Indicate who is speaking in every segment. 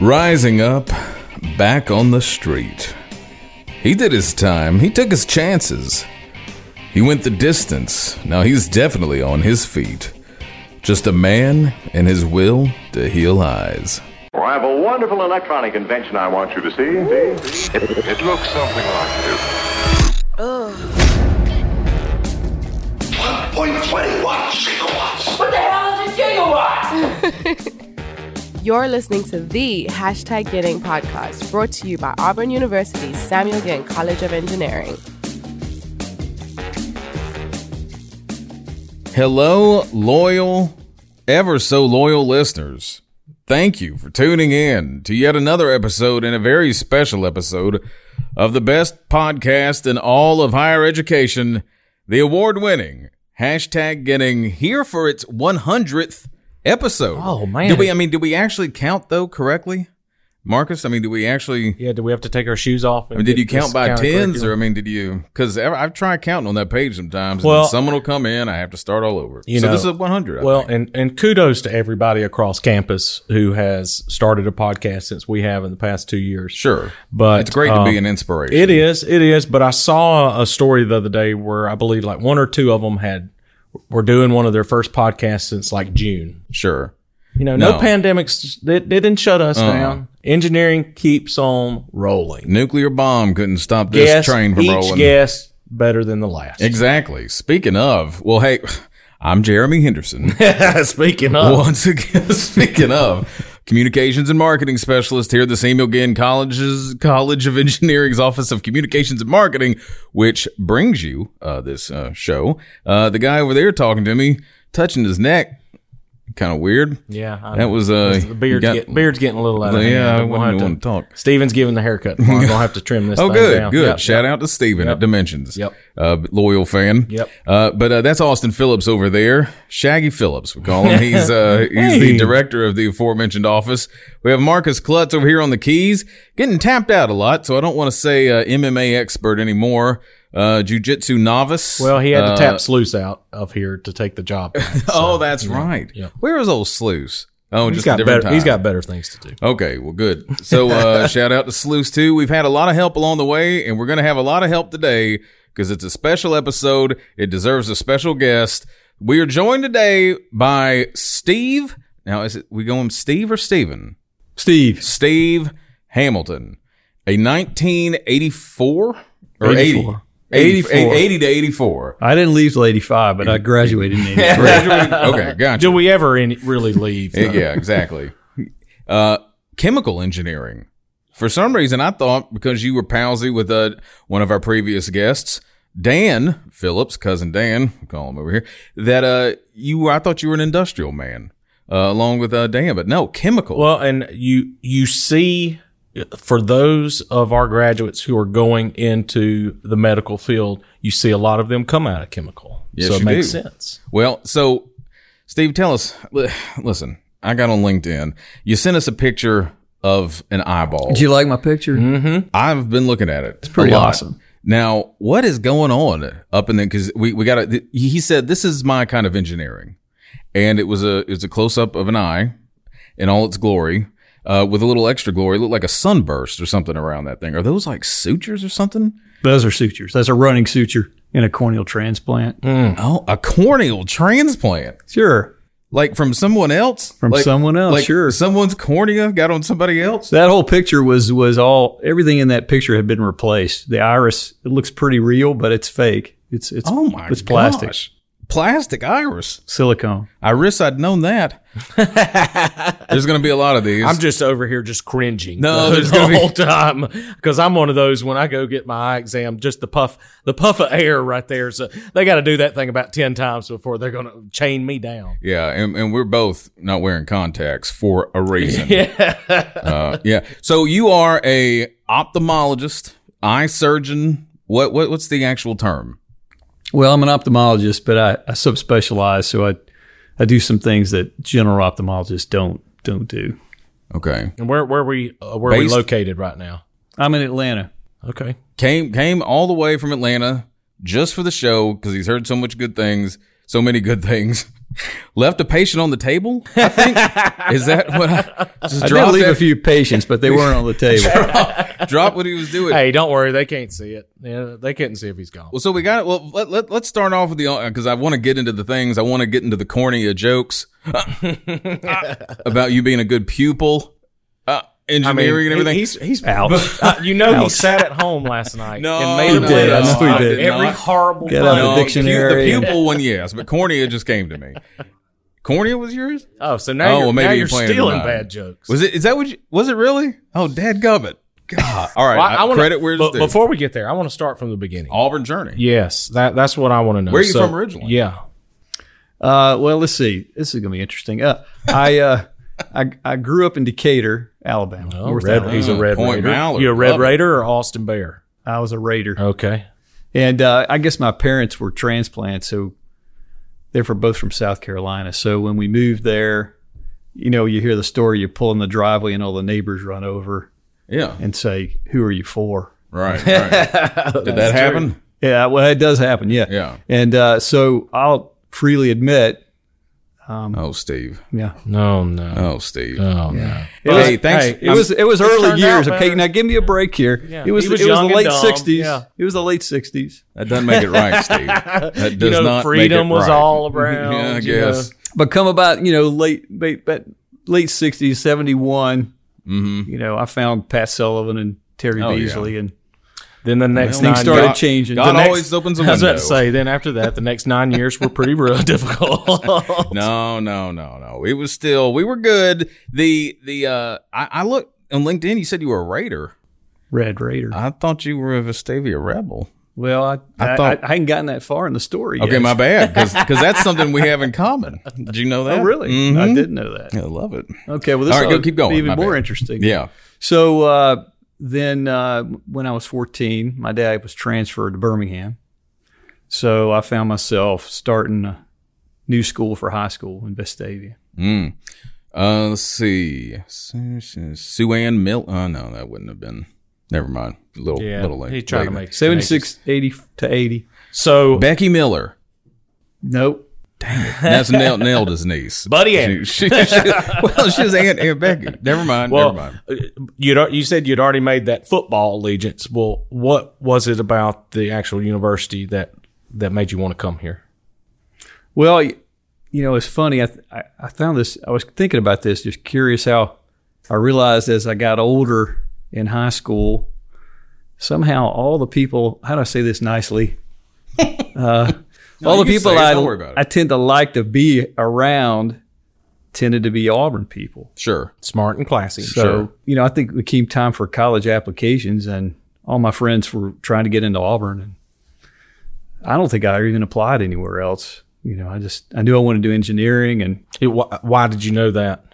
Speaker 1: Rising up, back on the street. He did his time, he took his chances. He went the distance. Now he's definitely on his feet. Just a man and his will to heal eyes.
Speaker 2: Well, I have a wonderful electronic invention I want you to see. see?
Speaker 3: It looks something like this.
Speaker 4: 1.21 gigawatts.
Speaker 5: What the hell is a gigawatt?
Speaker 6: You're listening to the hashtag Getting podcast, brought to you by Auburn University's Samuel Ginn College of Engineering.
Speaker 1: Hello, loyal, ever so loyal listeners. Thank you for tuning in to yet another episode and a very special episode of the best podcast in all of higher education, the award winning hashtag getting here for its 100th episode.
Speaker 7: Oh, man.
Speaker 1: Do we, I mean, do we actually count though correctly? Marcus, I mean, do we actually.
Speaker 7: Yeah, do we have to take our shoes off?
Speaker 1: I
Speaker 7: and
Speaker 1: mean, did
Speaker 7: get
Speaker 1: you count
Speaker 7: this
Speaker 1: by
Speaker 7: counter
Speaker 1: tens, or I
Speaker 7: curriculum?
Speaker 1: mean, did you? Because I've tried counting on that page sometimes. and
Speaker 7: Well-
Speaker 1: then someone will come in, I have to start all over.
Speaker 7: You
Speaker 1: so
Speaker 7: know,
Speaker 1: this is one hundred.
Speaker 7: Well, and and kudos to everybody across campus who has started a podcast since we have in the past two years.
Speaker 1: sure,
Speaker 7: but
Speaker 1: it's great
Speaker 7: um,
Speaker 1: to be an inspiration.
Speaker 7: It is, it is. But I saw a story the other day where I believe like one or two of them had were doing one of their first podcasts since like June.
Speaker 1: sure.
Speaker 7: You know, no,
Speaker 1: No. Uh-uh.
Speaker 7: pandemics. They, they didn't shut us down. Engineering keeps on rolling.
Speaker 1: Nuclear bomb couldn't stop this
Speaker 7: Guess
Speaker 1: train from
Speaker 7: each
Speaker 1: rolling.
Speaker 7: guess better than the last.
Speaker 1: Exactly. Speaking of, well, hey, I'm Jeremy Henderson.
Speaker 7: Speaking of,
Speaker 1: Once again, speaking of communications and marketing specialist here at the Samuel Ginn College's College of Engineering's Office of Communications and Marketing, which brings you uh, this uh, show. Uh, the guy over there talking to me, touching his neck, kind of weird.
Speaker 7: yeah, I
Speaker 1: That was uh,
Speaker 7: The beard's,
Speaker 1: got-
Speaker 7: get, beard's getting a little out of hand.
Speaker 1: yeah. I
Speaker 7: We'll have
Speaker 1: wouldn't
Speaker 7: to-
Speaker 1: want to talk.
Speaker 7: Steven's giving the haircut. I'm going to have to trim this
Speaker 1: Oh,
Speaker 7: thing
Speaker 1: good,
Speaker 7: down.
Speaker 1: good.
Speaker 7: Yep.
Speaker 1: Shout out to Steven at Dimensions.
Speaker 7: Yep.
Speaker 1: Uh, loyal fan.
Speaker 7: Yep.
Speaker 1: Uh, but uh, that's Austin Phillips over there. Shaggy Phillips, we call him. He's uh, he's the
Speaker 7: Hey.
Speaker 1: director of the aforementioned office. We have Marcus Klutz over here on the keys, getting tapped out a lot, so I don't want to say uh, MMA expert anymore. Uh, jiu-jitsu novice.
Speaker 7: Well, he had to
Speaker 1: Uh,
Speaker 7: tap Sluice out of here to take the job.
Speaker 1: oh, that's right.
Speaker 7: yeah.
Speaker 1: Where is old Sluice? Oh,
Speaker 7: he's
Speaker 1: just a
Speaker 7: got
Speaker 1: different
Speaker 7: better.
Speaker 1: time.
Speaker 7: He's got better things to do.
Speaker 1: Okay, well, good. So, uh, shout out to Sluice too. We've had a lot of help along the way, and we're going to have a lot of help today because it's a special episode. It deserves a special guest. We are joined today by Steve. Now, is it we going Steve or Steven?
Speaker 7: Steve,
Speaker 1: Steve Hamilton, a 1984 or
Speaker 8: 84.
Speaker 1: 80, 80,
Speaker 8: 84.
Speaker 1: 80 to 84.
Speaker 8: I didn't leave till 85, but I graduated in 84.
Speaker 1: Graduated- okay, gotcha.
Speaker 7: do we ever any, really leave?
Speaker 1: Yeah, yeah, exactly. Uh, chemical engineering. For some reason, I thought because you were palsy with uh, one of our previous guests, Dan Phillips, cousin Dan, we call him over here, that uh, you were, I thought you were an industrial man uh, along with uh, Dan, but no, chemical.
Speaker 7: Well, and you you see uh, for those of our graduates who are going into the medical field, you see a lot of them come out of chemical.
Speaker 1: Yes,
Speaker 7: so it
Speaker 1: you
Speaker 7: makes
Speaker 1: do.
Speaker 7: sense.
Speaker 1: Well, so Steve, tell us. li- Listen, I got on LinkedIn. You sent us a picture of an eyeball.
Speaker 8: Do you like my picture?
Speaker 1: I've been looking at it. It's
Speaker 8: pretty awesome.
Speaker 1: Now, what is going on up in there? Because we we got th- he said this is my kind of engineering, and it was a it was a close up of an eye in all its glory, uh, with a little extra glory. It looked like a sunburst or something around that thing. Are those like sutures or something?
Speaker 8: Those are sutures. That's a running suture in a corneal transplant.
Speaker 1: Oh, a corneal transplant,
Speaker 8: Sure.
Speaker 1: like from someone else,
Speaker 8: From
Speaker 1: Like-
Speaker 8: someone else,
Speaker 1: like
Speaker 8: sure.
Speaker 1: someone's cornea got on somebody else.
Speaker 8: So that whole picture was was all everything in that picture had been replaced. The iris it looks pretty real, but it's fake. It's it's
Speaker 1: Oh my,
Speaker 8: it's plastic.
Speaker 1: gosh. plastic iris.
Speaker 8: Silicone.
Speaker 1: I wish I'd known that. There's going to be a lot of these.
Speaker 7: I'm just over here just cringing.
Speaker 1: No,
Speaker 7: the,
Speaker 1: there's
Speaker 7: the
Speaker 1: gonna be-
Speaker 7: whole time because I'm one of those when I go get my eye exam, just the puff, the puff of air right there. So they got to do that thing about ten times before they're going to chain me down.
Speaker 1: Yeah, and, and we're both not wearing contacts for a reason. Yeah. uh, yeah. So you are a ophthalmologist, eye surgeon. What what what's the actual term?
Speaker 8: Well, I'm an ophthalmologist, but I, I subspecialize, so I I do some things that general ophthalmologists don't don't do.
Speaker 1: Okay.
Speaker 7: And where where we uh, where
Speaker 1: Based-
Speaker 7: we located right now?
Speaker 8: I'm in Atlanta.
Speaker 7: Okay,
Speaker 1: Came came all the way from Atlanta just for the show because he's heard so much good things, so many good things. Left a patient on the table? I think is that what I just
Speaker 8: I did
Speaker 1: dropped,
Speaker 8: leave a
Speaker 1: that-
Speaker 8: few patients, but they weren't on the table.
Speaker 1: dropped what he was doing.
Speaker 7: Hey, don't worry. They can't see it. Yeah, they couldn't see if he's gone.
Speaker 1: Well, so we got it. Well, let, let, let's start off with the because I want to get into the things. I want to get into the cornea jokes uh, about you being a good pupil, uh, engineering and everything.
Speaker 7: He's he's
Speaker 8: Ouch.
Speaker 7: Uh, you know he sat at home last night
Speaker 1: No,
Speaker 7: and made
Speaker 1: no,
Speaker 7: a
Speaker 8: He did. I
Speaker 7: list
Speaker 8: know he
Speaker 7: of
Speaker 8: did.
Speaker 7: every
Speaker 1: Not-
Speaker 7: horrible
Speaker 8: Get
Speaker 7: thing.
Speaker 8: out of the dictionary.
Speaker 1: pu- The pupil one, yes, but cornea just came to me. Cornea was yours?
Speaker 7: Oh, so now
Speaker 1: Oh,
Speaker 7: you're,
Speaker 1: well, maybe
Speaker 7: now
Speaker 1: you're
Speaker 7: you're
Speaker 1: playing
Speaker 7: stealing
Speaker 1: tonight.
Speaker 7: bad jokes.
Speaker 1: Was it? Is that what? You, was it really? Oh, Dad Gubbit. God. All right.
Speaker 7: Well, I,
Speaker 1: I-
Speaker 7: want
Speaker 1: credit where it's due.
Speaker 7: Before we get there, I want to start from the beginning.
Speaker 1: Auburn Journey.
Speaker 7: Yes, that that's what I want to know.
Speaker 1: Where are you from originally?
Speaker 7: Yeah,
Speaker 8: Uh, well, let's see. This is going to be interesting. Uh, I, uh, I I grew up in Decatur, Alabama. North
Speaker 7: Red-
Speaker 8: Alabama.
Speaker 7: he's a red
Speaker 1: Point
Speaker 7: raider.
Speaker 1: Mallard.
Speaker 7: You a red
Speaker 1: Love it.
Speaker 7: raider or Austin Bear?
Speaker 8: I was a Raider,
Speaker 7: Okay,
Speaker 8: and uh, I guess my parents were transplants, so they're from both from South Carolina. So when we moved there, you know, you hear the story. You pull in the driveway, and all the neighbors run over
Speaker 1: Yeah.
Speaker 8: and say, "Who are you for?"
Speaker 1: Right. right. Did that happen?
Speaker 8: Yeah, well, it does happen. Yeah,
Speaker 1: Yeah.
Speaker 8: And uh, so I'll freely admit,
Speaker 1: Oh, Steve.
Speaker 8: yeah,
Speaker 7: no, no,
Speaker 1: Oh, Steve.
Speaker 7: no, no.
Speaker 1: Hey, thanks.
Speaker 7: Uh, hey,
Speaker 8: It was it was early
Speaker 7: turned
Speaker 8: years.
Speaker 7: out
Speaker 8: Okay,
Speaker 7: better.
Speaker 8: now give me a break here. It was,
Speaker 7: He was
Speaker 8: it was
Speaker 7: young and
Speaker 8: the late
Speaker 7: dumb.
Speaker 8: sixties.
Speaker 7: Yeah.
Speaker 8: It was the late sixties.
Speaker 1: That doesn't make it right, Steve. That does
Speaker 7: You know,
Speaker 1: not make
Speaker 7: freedom
Speaker 1: it
Speaker 7: was
Speaker 1: right.
Speaker 7: all around,
Speaker 1: yeah, I
Speaker 7: you know.
Speaker 1: guess.
Speaker 8: But come about, you know, late late but late sixties, seventy one. You know, I found Pat Sullivan and Terry
Speaker 1: yeah.
Speaker 8: Beasley, and
Speaker 7: Then the next
Speaker 8: things
Speaker 7: nine
Speaker 8: started
Speaker 7: years-
Speaker 8: changing.
Speaker 1: God
Speaker 8: The next-
Speaker 1: always opens a
Speaker 7: I
Speaker 1: window.
Speaker 7: was about to say. Then after that, the next nine years were pretty real difficult.
Speaker 1: No, no, no, no. It was still we were good. The the uh I, I looked on LinkedIn. You said you were a raider.
Speaker 8: Red Raider.
Speaker 1: I thought you were a Vestavia rebel.
Speaker 8: well, I I,
Speaker 1: thought-
Speaker 8: I, I hadn't gotten that far in the story.
Speaker 1: Okay,
Speaker 8: yet.
Speaker 1: my bad, because that's something we have in common. Did you know that?
Speaker 8: Oh, really?
Speaker 1: Mhm.
Speaker 8: I didn't know that.
Speaker 1: I love it.
Speaker 8: Okay, well, this
Speaker 1: All right, go-
Speaker 8: ought to
Speaker 1: keep going.
Speaker 8: be even
Speaker 1: My
Speaker 8: more
Speaker 1: bad.
Speaker 8: interesting.
Speaker 1: Yeah.
Speaker 8: So uh, then, uh, when I was 14, my dad was transferred to Birmingham. So I found myself starting a new school for high school in Vestavia.
Speaker 1: Mm. Uh, let's see. Su- Su- Sue Ann Mill. Oh no, that wouldn't have been. Never mind. Little
Speaker 7: yeah,
Speaker 1: little late.
Speaker 7: he tried to
Speaker 1: late.
Speaker 7: make
Speaker 8: 76, 80 to 80.
Speaker 7: So
Speaker 1: Becky Miller.
Speaker 8: Nope.
Speaker 1: That's nailed, nailed his niece.
Speaker 7: Buddy
Speaker 1: She,
Speaker 7: Ann.
Speaker 1: she, she, well, she's Aunt, Aunt Becky. Never mind.
Speaker 7: well,
Speaker 1: never mind.
Speaker 7: you'd al- you said you'd already made that football allegiance. Well, what was it about the actual university that that made you want to come here?
Speaker 8: Well, y- you know, it's funny. I, th- I I found this. I was thinking about this, just curious how I realized as I got older in high school, somehow all the people. How do I say this nicely? Uh, all
Speaker 1: you
Speaker 8: the
Speaker 1: can
Speaker 8: people
Speaker 1: say it.
Speaker 8: I
Speaker 1: Don't worry about it.
Speaker 8: I tend to like to be around tended to be Auburn people.
Speaker 1: Sure.
Speaker 7: Smart and classy.
Speaker 8: So you know, I think it came time for college applications, and all my friends were trying to get into Auburn, and I don't think I even applied anywhere else. You know, I just I knew I wanted to do engineering, and
Speaker 7: It, why, why did you know that?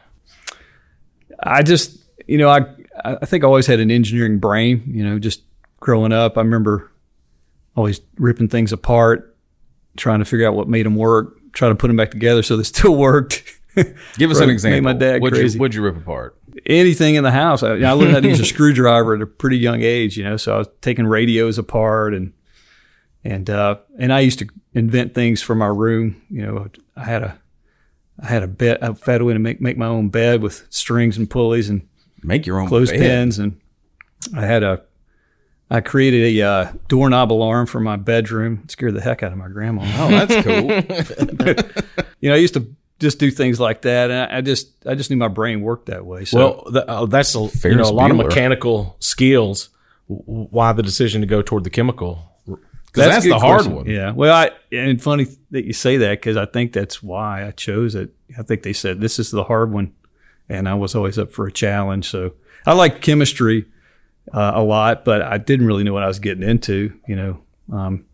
Speaker 8: I just you know I I think I always had an engineering brain. You know, just growing up, I remember always ripping things apart, trying to figure out what made them work, trying to put them back together so they still worked.
Speaker 1: Give us
Speaker 8: Right,
Speaker 1: an
Speaker 8: made
Speaker 1: example.
Speaker 8: my dad
Speaker 1: what'd
Speaker 8: crazy.
Speaker 1: You, what'd you rip apart?
Speaker 8: anything in the house. I, I learned how to use a screwdriver at a pretty young age, you know. So I was taking radios apart and and uh, and I used to invent things for my room. You know, I had a I had a bed. I found a way to make make my own bed with strings and pulleys and
Speaker 1: Make your own bed.
Speaker 8: clothespins, and I had a I created a uh, doorknob alarm for my bedroom. It scared the heck out of my grandma
Speaker 1: Oh, that's cool.
Speaker 8: you know, I used to just do things like that, and I, I just I just knew my brain worked that way. So
Speaker 7: Well, th uh, that's a, you know,
Speaker 1: Ferris
Speaker 7: a lot of
Speaker 1: Bueller.
Speaker 7: mechanical skills. W- w- Why the decision to go toward the chemical?
Speaker 1: Because that's,
Speaker 8: a good
Speaker 1: the hard
Speaker 8: question.
Speaker 1: one.
Speaker 8: Yeah. Well, I and funny that you say that because I think that's why I chose it. I think they said this is the hard one, and I was always up for a challenge. So I like chemistry uh, a lot, but I didn't really know what I was getting into. You know, um,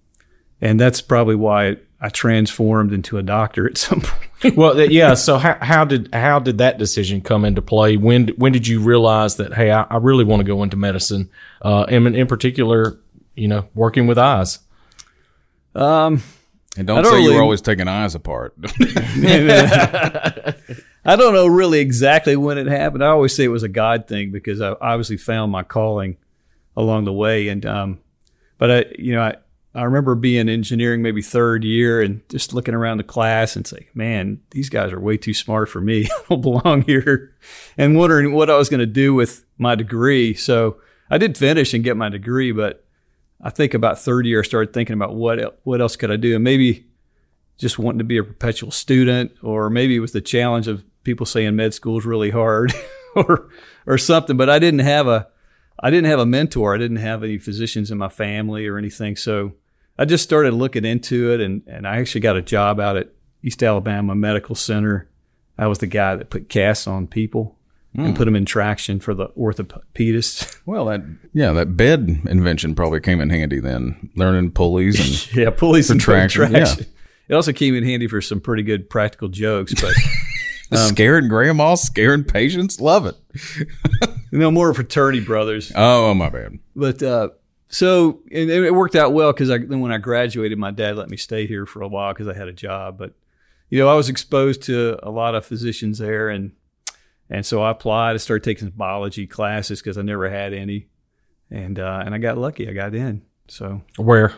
Speaker 8: and that's probably why I transformed into a doctor at some point.
Speaker 7: well, th- yeah. So how, how did how did that decision come into play? When d- when did you realize that hey, I, I really want to go into medicine, uh, and in, in particular, you know, working with eyes?
Speaker 1: And don't,
Speaker 8: I don't
Speaker 1: say you
Speaker 8: really-
Speaker 1: were always taking eyes apart.
Speaker 8: I don't know really exactly when it happened. I always say it was a God thing because I obviously found my calling along the way, and um, but I, you know, I I remember being in engineering maybe third year and just looking around the class and saying, man, these guys are way too smart for me. I don't belong here. And wondering what I was going to do with my degree. So I did finish and get my degree, but I think about third year, I started thinking about what, el- what else could I do? And maybe just wanting to be a perpetual student, or maybe it was the challenge of people saying med school is really hard or, or something. But I didn't have a, I didn't have a mentor. I didn't have any physicians in my family or anything. So I just started looking into it and, and I actually got a job out at East Alabama Medical Center. I was the guy that put casts on people and put them in traction for the orthopedists.
Speaker 1: Well, that yeah, that bed invention probably came in handy then. Learning pulleys and
Speaker 8: yeah, pulleys and put
Speaker 1: traction,
Speaker 8: traction. It also came in handy for some pretty good practical jokes, but
Speaker 1: scaring grandma, scaring patients. Love it.
Speaker 8: you know, more fraternity brothers.
Speaker 1: Oh, my bad.
Speaker 8: But uh, so and it it worked out well because I, then when I graduated, my dad let me stay here for a while because I had a job. But you know, I was exposed to a lot of physicians there, and and so I applied. I started taking biology classes because I never had any, and uh, and I got lucky. I got in. So
Speaker 7: Where?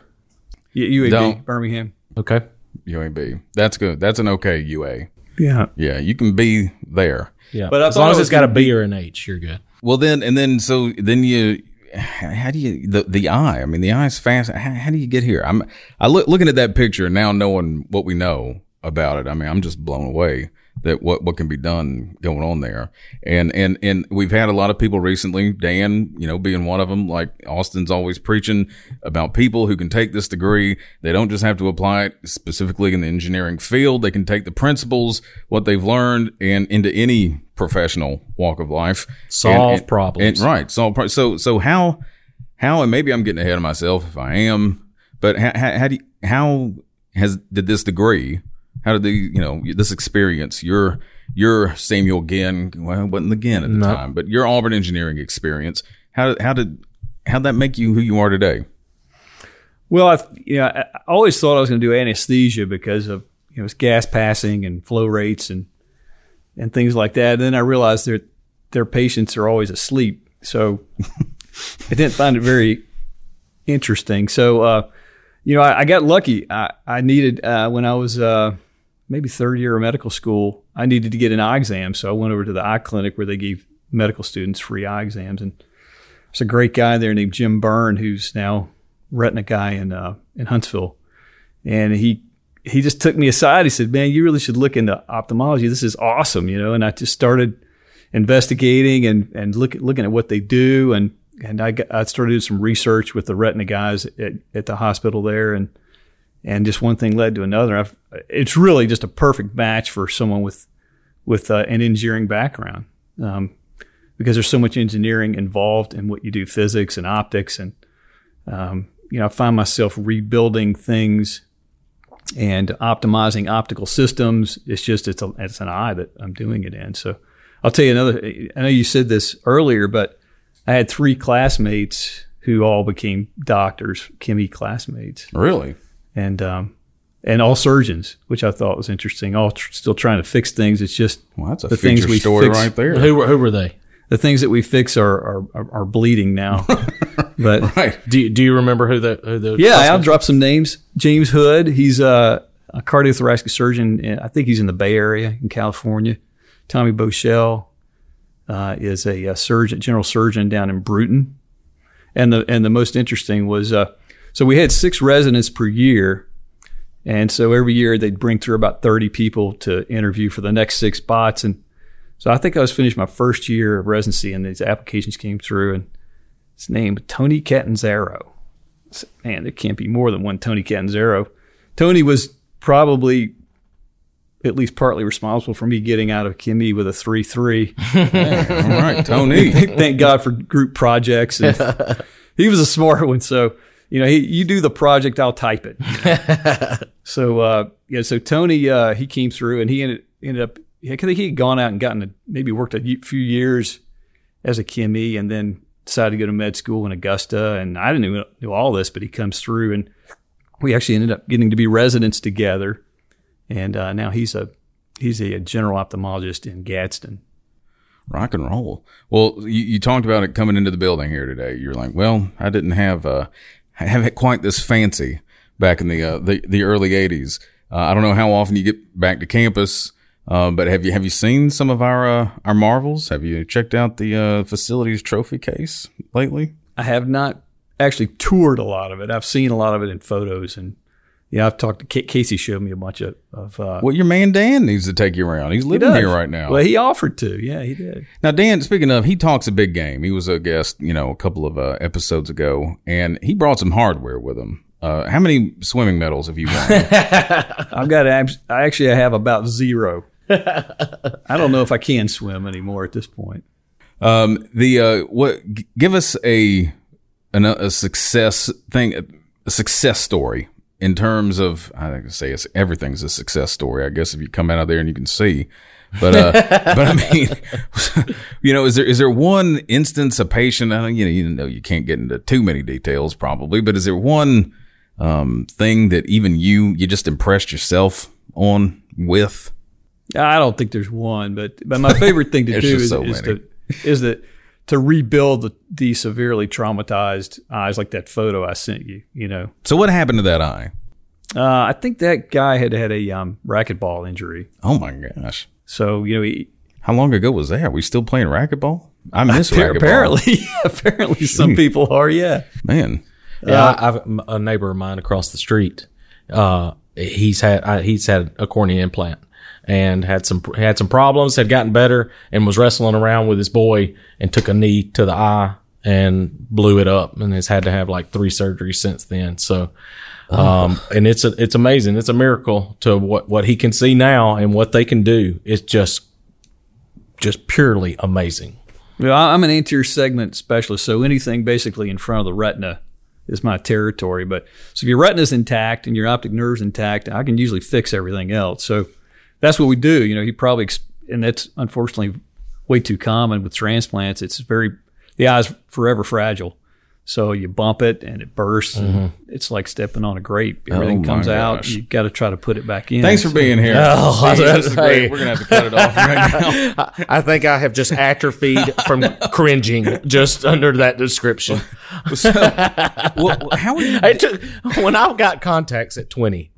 Speaker 8: U- UAB
Speaker 1: Don't.
Speaker 8: Birmingham.
Speaker 7: Okay.
Speaker 1: UAB. That's good. That's an okay UA.
Speaker 8: Yeah.
Speaker 1: Yeah, you can be there.
Speaker 7: Yeah.
Speaker 8: But
Speaker 7: But
Speaker 8: I
Speaker 7: as
Speaker 8: thought
Speaker 7: long
Speaker 8: I
Speaker 7: as
Speaker 8: was
Speaker 7: it's got a
Speaker 8: gonna
Speaker 7: B or an H, you're good.
Speaker 1: Well, then and then so then you how do you the the eye? I mean, the eye's fast. How, how do you get here? I'm I look looking at that picture and now knowing what we know about it. I mean, I'm just blown away that what what can be done going on there. And and and we've had a lot of people recently, Dan, you know, being one of them. Like Austin's always preaching about people who can take this degree. They don't just have to apply it specifically in the engineering field. They can take the principles, what they've learned, and into any professional walk of life
Speaker 7: Solve
Speaker 1: and- and-
Speaker 7: problems.
Speaker 1: and- right. Solve problems. So so how how and maybe I'm getting ahead of myself if I am, but how, how, how do you, how has did this degree? How did the you know this experience your your Samuel Ginn well it wasn't the Ginn at the
Speaker 7: No.
Speaker 1: time, but your Auburn engineering experience? How how did how'd that make you who you are today?
Speaker 8: Well, I you know I I always thought I was going to do anesthesia because of you know it's gas passing and flow rates and and things like that. And then I realized their their patients are always asleep, so I didn't find it very interesting. So uh, you know I, I got lucky. I I needed uh, when I was uh, maybe third year of medical school, I needed to get an eye exam, so I went over to the eye clinic where they gave medical students free eye exams and. There's a great guy there named Jim Byrne, who's now retina guy in uh, in Huntsville, and he he just took me aside. He said, "Man, you really should look into ophthalmology. This is awesome, you know." And I just started investigating and and look, looking at what they do, and and I got, I started doing some research with the retina guys at, at the hospital there, and and just one thing led to another. I've, it's really just a perfect match for someone with with uh, an engineering background. Um, because there's so much engineering involved in what you do physics and optics and um, you know i find myself rebuilding things and optimizing optical systems it's just it's, a, it's an eye that i'm doing it in so i'll tell you another i know you said this earlier but i had three classmates who all became doctors chemi classmates
Speaker 1: Really?
Speaker 8: and um, and all surgeons which i thought was interesting all tr- still trying to fix things it's just
Speaker 1: Well, that's a
Speaker 8: The things
Speaker 1: feature
Speaker 8: we
Speaker 1: story
Speaker 8: fix-
Speaker 1: right there.
Speaker 7: Who were who were they?
Speaker 8: the things that we fix are are, are, are bleeding now. but
Speaker 1: Right.
Speaker 7: Do you, do you remember who the who the
Speaker 8: yeah, I'll drop some names. James Hood, he's a, a cardiothoracic surgeon. and I think he's in the Bay Area in California. Tommy Bochelle uh, is a, uh surgeon, general surgeon down in Bruton. And the and the most interesting was uh, so we had six residents per year. And so every year they'd bring through about 30 people to interview for the next six spots. And so I think I was finished my first year of residency and these applications came through and his name was Tony Catanzaro. I said, Man, there can't be more than one Tony Catanzaro. Tony was probably at least partly responsible for me getting out of Kimmy with a 3 3.
Speaker 1: All right, Tony.
Speaker 8: Thank God for group projects. And he was a smart one. So, you know, he, you do the project, I'll type it. So uh, yeah, so Tony uh, he came through and he ended ended up. I think he had gone out and gotten a, maybe worked a ye- few years as a chemie and then decided to go to med school in Augusta. And I didn't even know all this, but he comes through and we actually ended up getting to be residents together. And uh, now he's a he's a, general ophthalmologist in Gadsden.
Speaker 1: rock and roll. Well, you, you talked about it coming into the building here today. You're like, well, I didn't have uh, haven't quite this fancy back in the uh, the, the early '80s. Uh, I don't know how often you get back to campus, uh, but have you have you seen some of our uh, our marvels? Have you checked out the uh, facilities trophy case lately?
Speaker 8: I have not actually toured a lot of it. I've seen a lot of it in photos, and yeah, I've talked to Ca- Casey. Showed me a bunch of, of uh,
Speaker 1: Well, your man Dan needs to take you around. He's
Speaker 8: he
Speaker 1: living
Speaker 8: does.
Speaker 1: here right now.
Speaker 8: Well, he offered to. Yeah, he did.
Speaker 1: Now, Dan, speaking of, he talks a big game. He was a guest, you know, a couple of uh, episodes ago, and he brought some hardware with him. Uh, how many swimming medals have you won?
Speaker 8: I've got. abs- I actually have about zero. I don't know if I can swim anymore at this point.
Speaker 1: um, the uh, what? g- Give us a an, a success thing, a success story in terms of. I think I say it's everything's a success story. I guess if you come out of there and you can see, but uh, but I mean, you know, is there is there one instance a patient? I don't, you know, you know, you can't get into too many details probably, but is there one um, thing that even you you just impressed yourself on with?
Speaker 8: I don't think there's one, but but my favorite thing to
Speaker 1: There's
Speaker 8: do
Speaker 1: just
Speaker 8: is,
Speaker 1: so
Speaker 8: is
Speaker 1: many.
Speaker 8: to is that to rebuild the, the severely traumatized eyes, like that photo I sent you. You know,
Speaker 1: So what happened to that eye?
Speaker 8: uh, I think that guy had had a um, racquetball injury,
Speaker 1: Oh my gosh.
Speaker 8: so you know he,
Speaker 1: How long ago was that? we still playing racquetball? I miss racquetball.
Speaker 8: apparently apparently
Speaker 1: Hmm.
Speaker 8: some people are. Yeah,
Speaker 1: man.
Speaker 7: Yeah, I, I've m- a neighbor of mine across the street. Uh, he's had I, he's had a cornea implant and had some had some problems. Had gotten better and was wrestling around with his boy and took a knee to the eye and blew it up and has had to have like three surgeries since then. So. Um, and it's a, it's amazing. It's a miracle to what, what he can see now and what they can do. It's just, just purely amazing.
Speaker 8: Well, I- I'm an anterior segment specialist, so anything basically in front of the retina is my territory. But so if your retina's intact and your optic nerve's intact, I can usually fix everything else. So that's what we do. You know, he probably, ex- and that's unfortunately way too common with transplants. It's very, the eye's forever fragile. So you bump it and it bursts. And it's like stepping on a grape. Everything
Speaker 1: Mm-hmm. Oh my
Speaker 8: comes out.
Speaker 1: gosh.
Speaker 8: You got to try to put it back in.
Speaker 1: Thanks for
Speaker 8: So-
Speaker 1: being here.
Speaker 7: Oh, I was
Speaker 1: Jeez,
Speaker 7: about
Speaker 1: this
Speaker 7: to
Speaker 1: is great.
Speaker 7: say.
Speaker 1: We're gonna have to cut it off right now.
Speaker 7: I think I have just atrophied from cringing just under that description.
Speaker 1: So, well, how are you?
Speaker 7: It took when I got contacts at 20.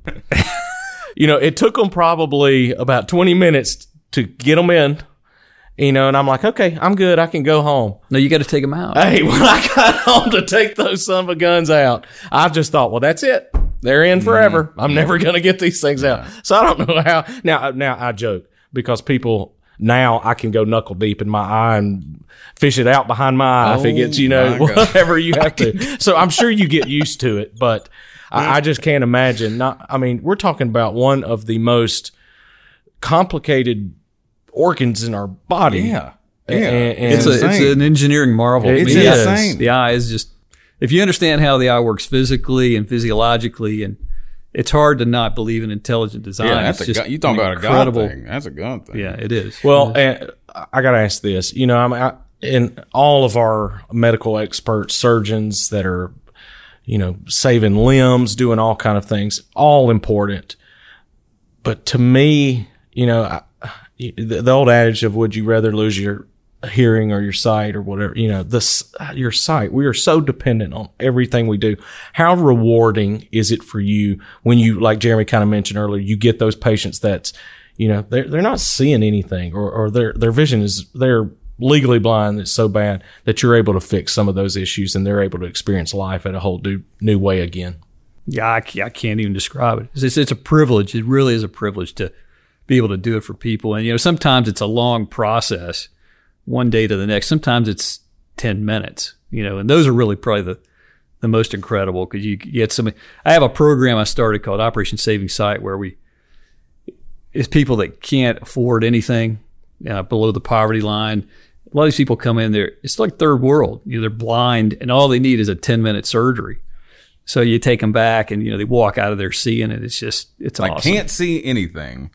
Speaker 7: you know, it took them probably about 20 minutes to get them in. You know, and I'm like, okay, I'm good. I can go home.
Speaker 8: No, you got to take them out.
Speaker 7: Hey, when I got home to take those son of a guns out, I just thought, well, that's it. They're in forever.
Speaker 1: Mm-hmm.
Speaker 7: I'm never going to get these things out. So I don't know how. Now, now I joke because people now I can go knuckle deep in my eye and fish it out behind my eye if it
Speaker 1: Oh,
Speaker 7: gets you
Speaker 1: my
Speaker 7: know
Speaker 1: God.
Speaker 7: whatever you have to. So I'm sure you get used to it, but I, I just can't imagine. Not. I mean, we're talking about one of the most complicated organs in our body.
Speaker 1: Yeah, yeah.
Speaker 7: And- and-
Speaker 8: it's, a, it's
Speaker 1: insane.
Speaker 8: an engineering marvel.
Speaker 7: It's
Speaker 8: the eye-
Speaker 1: insane.
Speaker 8: the eye is just if you understand how the eye works physically and physiologically, and it's hard to not believe in intelligent design.
Speaker 1: yeah, that's
Speaker 8: it's
Speaker 1: a
Speaker 8: just
Speaker 1: god, you talk
Speaker 8: an
Speaker 1: about a god
Speaker 8: incredible-
Speaker 1: thing. That's a god thing.
Speaker 8: Yeah, it is.
Speaker 7: Well, and I got to ask this. You know, I'm I, and all of our medical experts, surgeons that are, you know, saving limbs, doing all kind of things, all important. But to me, you know, I, the, the old adage of "Would you rather lose your hearing or your sight or whatever?" You know, this your sight. We are so dependent on everything we do. How rewarding is it for you when you, like Jeremy kind of mentioned earlier, you get those patients that's, you know, they're they're not seeing anything or or their their vision is they're legally blind that's so bad that you're able to fix some of those issues and they're able to experience life at a whole new new way again.
Speaker 8: yeah, I, ca- I can't even describe it. It's, it's, it's a privilege. It really is a privilege to be able to do it for people. And you know, sometimes it's a long process, one day to the next. Sometimes it's ten minutes. You know, and those are really probably the the most incredible because you get some. I have a program I started called Operation Saving Sight where we it's people that can't afford anything uh, below the poverty line. A lot of these people come in there. It's like third world. You know, they're blind, and all they need is a ten minute surgery. So you take them back, and you know they walk out of there seeing it. It's just it's
Speaker 1: like
Speaker 8: awesome.
Speaker 1: can't see anything.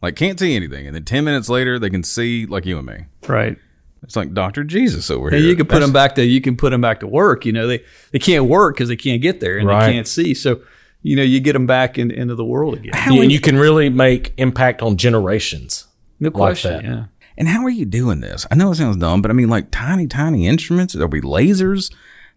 Speaker 1: Like can't see anything, and then ten minutes later they can see like you and me.
Speaker 8: right.
Speaker 1: It's like Doctor Jesus over
Speaker 8: And
Speaker 1: here.
Speaker 8: you can put them back to you can put them back to work. You know they they can't work because they can't get there and
Speaker 7: Right.
Speaker 8: they can't see. So you know you get them back in, into the world again.
Speaker 1: How
Speaker 7: And
Speaker 1: in-
Speaker 7: you can really make impact on generations.
Speaker 8: No question.
Speaker 7: that.
Speaker 8: Yeah.
Speaker 1: And how are you doing this? I know it sounds dumb, but I mean, like tiny, tiny instruments. There'll be lasers.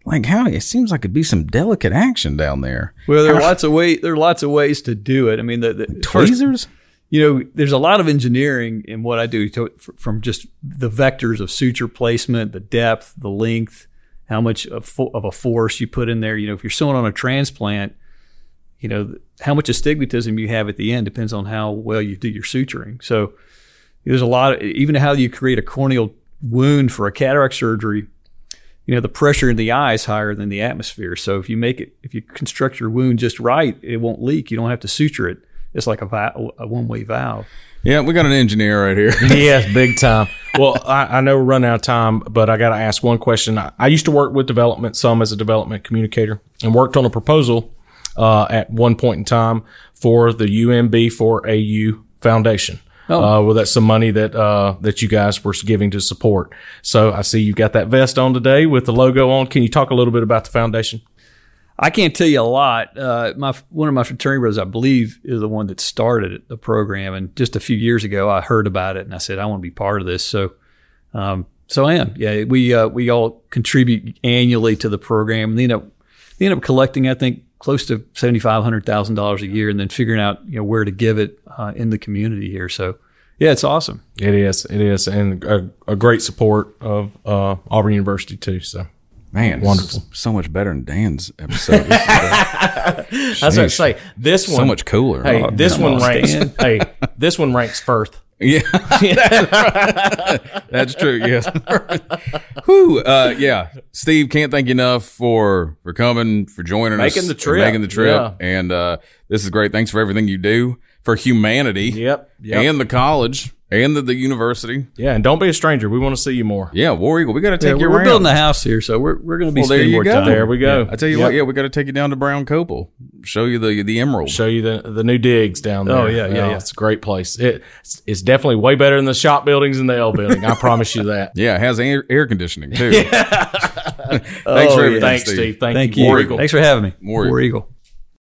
Speaker 1: like how it seems like it'd be some delicate action down there.
Speaker 8: Well, there are lots of way there are lots of ways to do it. I mean, the, the first-
Speaker 1: Tweezers?
Speaker 8: you know, there's a lot of engineering in what I do to, f- from just the vectors of suture placement, the depth, the length, how much of, fo- of a force you put in there. You know, if you're sewing on a transplant, you know, th- how much astigmatism you have at the end depends on how well you do your suturing. So there's a lot, of, even how you create a corneal wound for a cataract surgery. You know, the pressure in the eye is higher than the atmosphere. So if you make it, if you construct your wound just right, it won't leak. You don't have to suture it. It's like a, vi- a one way valve.
Speaker 1: Yeah, we got an engineer right here.
Speaker 7: yes, big time. Well, I, I know we're running out of time, but I got to ask one question. I, I used to work with development some as a development communicator and worked on a proposal uh, at one point in time for the UMB4AU Foundation. Uh, well, that's some money that uh, that you guys were giving to support. So I see you've got that vest on today with the logo on. Can you talk a little bit about the foundation?
Speaker 8: I can't tell you a lot. Uh, my one of my fraternity brothers, I believe, is the one that started the program, and just a few years ago, I heard about it, and I said I want to be part of this. So, um, so I am. Yeah, we uh, we all contribute annually to the program, and they end up they end up collecting, I think, close to seventy five hundred thousand dollars a year, and then figuring out you know where to give it uh, in the community here. So, yeah, it's awesome.
Speaker 7: It is, it is, and a, a great support of uh, Auburn University too. So
Speaker 1: Man,
Speaker 7: Wonderful.
Speaker 1: this is so much better than Dan's episode. This is, uh,
Speaker 7: I was
Speaker 1: sheesh.
Speaker 7: about to say this one
Speaker 1: so much cooler.
Speaker 7: Hey,
Speaker 1: Oh,
Speaker 7: this
Speaker 1: come
Speaker 7: one
Speaker 1: on.
Speaker 7: ranks.
Speaker 8: Stan.
Speaker 7: hey, this one ranks first.
Speaker 1: Yeah, that's true. Yes. Whew. Uh, yeah. Steve, can't thank you enough for for coming, for joining us,
Speaker 7: Making the
Speaker 1: for
Speaker 7: trip.
Speaker 1: making the trip,
Speaker 7: Yeah.
Speaker 1: and uh, this is great. Thanks for everything you do for humanity.
Speaker 7: Yep, yep.
Speaker 1: And the college and the, the university.
Speaker 7: Yeah, and don't be a stranger. We want to see you more.
Speaker 1: Yeah, War Eagle. We got to take
Speaker 8: Yeah,
Speaker 1: you
Speaker 8: we're
Speaker 1: around.
Speaker 8: building a house here, so we're we're going to be
Speaker 1: Well, there
Speaker 8: spending
Speaker 1: you
Speaker 8: more
Speaker 1: go.
Speaker 8: time.
Speaker 7: There we go.
Speaker 1: I tell you
Speaker 7: Yep.
Speaker 1: what. Yeah, we got to take you down to Brown Copal. Show you the the Emerald.
Speaker 7: Show you the the new digs down there.
Speaker 8: Oh, yeah, yeah, yeah.
Speaker 7: It's a great place. It it's, it's definitely way better than the shop buildings and the L building. I promise you that.
Speaker 1: yeah, it has air, air conditioning too. Thanks for everything, Oh,
Speaker 7: Thanks, Steve. Thank,
Speaker 8: Thank
Speaker 7: you.
Speaker 8: you.
Speaker 7: War Eagle.
Speaker 8: Thanks for having me.
Speaker 1: War Eagle.
Speaker 8: War Eagle.